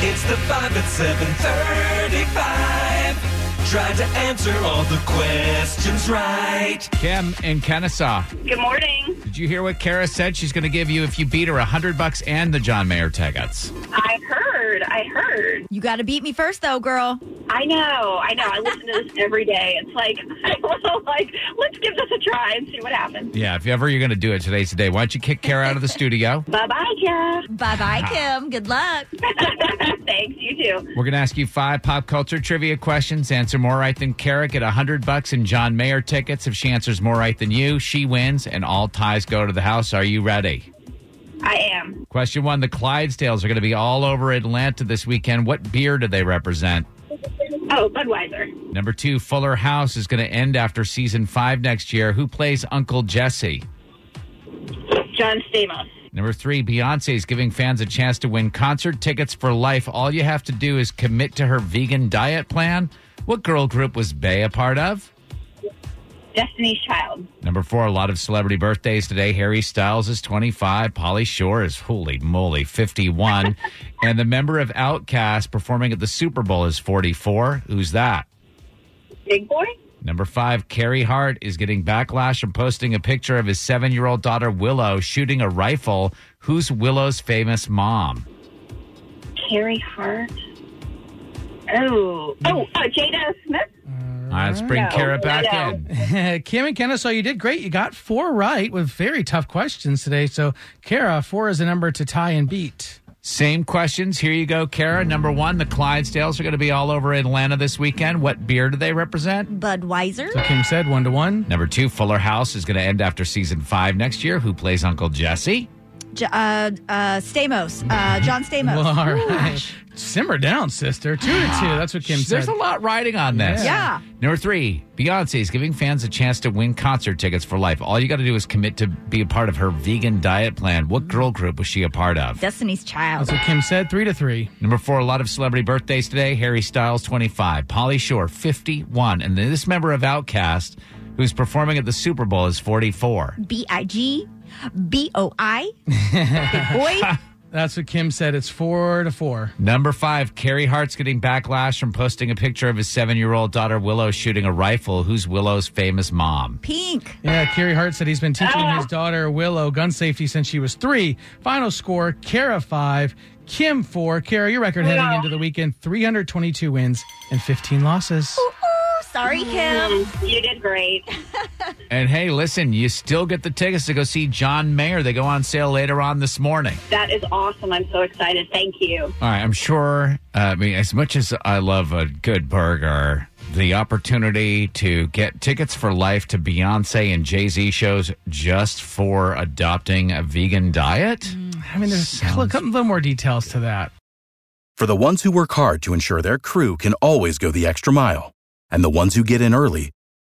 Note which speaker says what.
Speaker 1: It's the 5 at 735. Tried to answer all the questions right.
Speaker 2: Kim in Kennesaw.
Speaker 3: Good morning.
Speaker 2: Did you hear what Kara said? She's going to give you, if you beat her, a hundred bucks and the John Mayer tickets.
Speaker 3: I heard. I heard.
Speaker 4: You got to beat me first, though, girl.
Speaker 3: I know. I know. I listen to this every day. It's like I was like, let's give this a try and see what happens.
Speaker 2: Yeah, if ever you're going to do it, today's the day. Why don't you kick Kara out of the studio?
Speaker 3: Bye bye, Kara.
Speaker 4: Bye bye, Kim. Good luck.
Speaker 3: Thanks. You too.
Speaker 2: We're going to ask you five pop culture trivia questions. Answer more right than Kara, get a hundred bucks and John Mayer tickets. If she answers more right than you, she wins, and all ties go to the house. Are you ready?
Speaker 3: I am.
Speaker 2: Question one: The Clydesdales are going to be all over Atlanta this weekend. What beer do they represent?
Speaker 3: Oh, Budweiser.
Speaker 2: Number two: Fuller House is going to end after season five next year. Who plays Uncle Jesse?
Speaker 3: John Stamos.
Speaker 2: Number three, Beyonce is giving fans a chance to win concert tickets for life. All you have to do is commit to her vegan diet plan. What girl group was Bey a part of?
Speaker 3: Destiny's Child.
Speaker 2: Number four, a lot of celebrity birthdays today. Harry Styles is 25. Polly Shore is, holy moly, 51. and the member of Outcast performing at the Super Bowl is 44. Who's that?
Speaker 3: Big boy.
Speaker 2: Number five, Carrie Hart is getting backlash from posting a picture of his seven year old daughter Willow shooting a rifle. Who's Willow's famous mom?
Speaker 3: Carrie Hart. Oh. Oh, uh, Jada Smith.
Speaker 2: All right, let's bring
Speaker 3: No.
Speaker 2: Kara back
Speaker 3: No.
Speaker 2: in.
Speaker 5: Kim and Kennesaw, you did great. You got four right with very tough questions today. So, Kara, four is a number to tie and beat.
Speaker 2: Same questions. Here you go, Kara. Number one, the Clydesdales are going to be all over Atlanta this weekend. What beer do they represent?
Speaker 4: Budweiser.
Speaker 5: So, Kim said one to one.
Speaker 2: Number two, Fuller House is going to end after season five next year. Who plays Uncle Jesse?
Speaker 4: J- uh, uh, Stamos. Uh, John Stamos.
Speaker 5: Well, all
Speaker 4: Ooh,
Speaker 5: right. Simmer down, sister. Two to two. That's what Kim said.
Speaker 2: There's a lot riding on this.
Speaker 4: Yeah.
Speaker 2: Number three, Beyonce is giving fans a chance to win concert tickets for life. All you got to do is commit to be a part of her vegan diet plan. What girl group was she a part of?
Speaker 4: Destiny's Child.
Speaker 5: That's what Kim said. Three to three.
Speaker 2: Number four, a lot of celebrity birthdays today. Harry Styles, 25. Polly Shore, 51. And this member of Outkast, who's performing at the Super Bowl, is 44.
Speaker 4: B I G B O I. Big boy.
Speaker 5: That's what Kim said. It's four to four.
Speaker 2: Number five, Carrie Hart's getting backlash from posting a picture of his seven year old daughter Willow shooting a rifle. Who's Willow's famous mom?
Speaker 4: Pink.
Speaker 5: Yeah, Carrie Hart said he's been teaching his daughter Willow gun safety since she was three. Final score: Kara five, Kim four. Kara, your record heading into the weekend: three hundred twenty-two wins and fifteen losses.
Speaker 4: Ooh, sorry, Kim.
Speaker 3: Um, You did great.
Speaker 2: And hey, listen, you still get the tickets to go see John Mayer. They go on sale later on this morning.
Speaker 3: That is awesome. I'm so excited. Thank you.
Speaker 2: All right, I'm sure. Uh, I mean, as much as I love a good burger, the opportunity to get tickets for life to Beyonce and Jay Z shows just for adopting a vegan diet.
Speaker 5: I mean, there's a
Speaker 2: Sounds
Speaker 5: couple- little more details to that.
Speaker 6: For the ones who work hard to ensure their crew can always go the extra mile, and the ones who get in early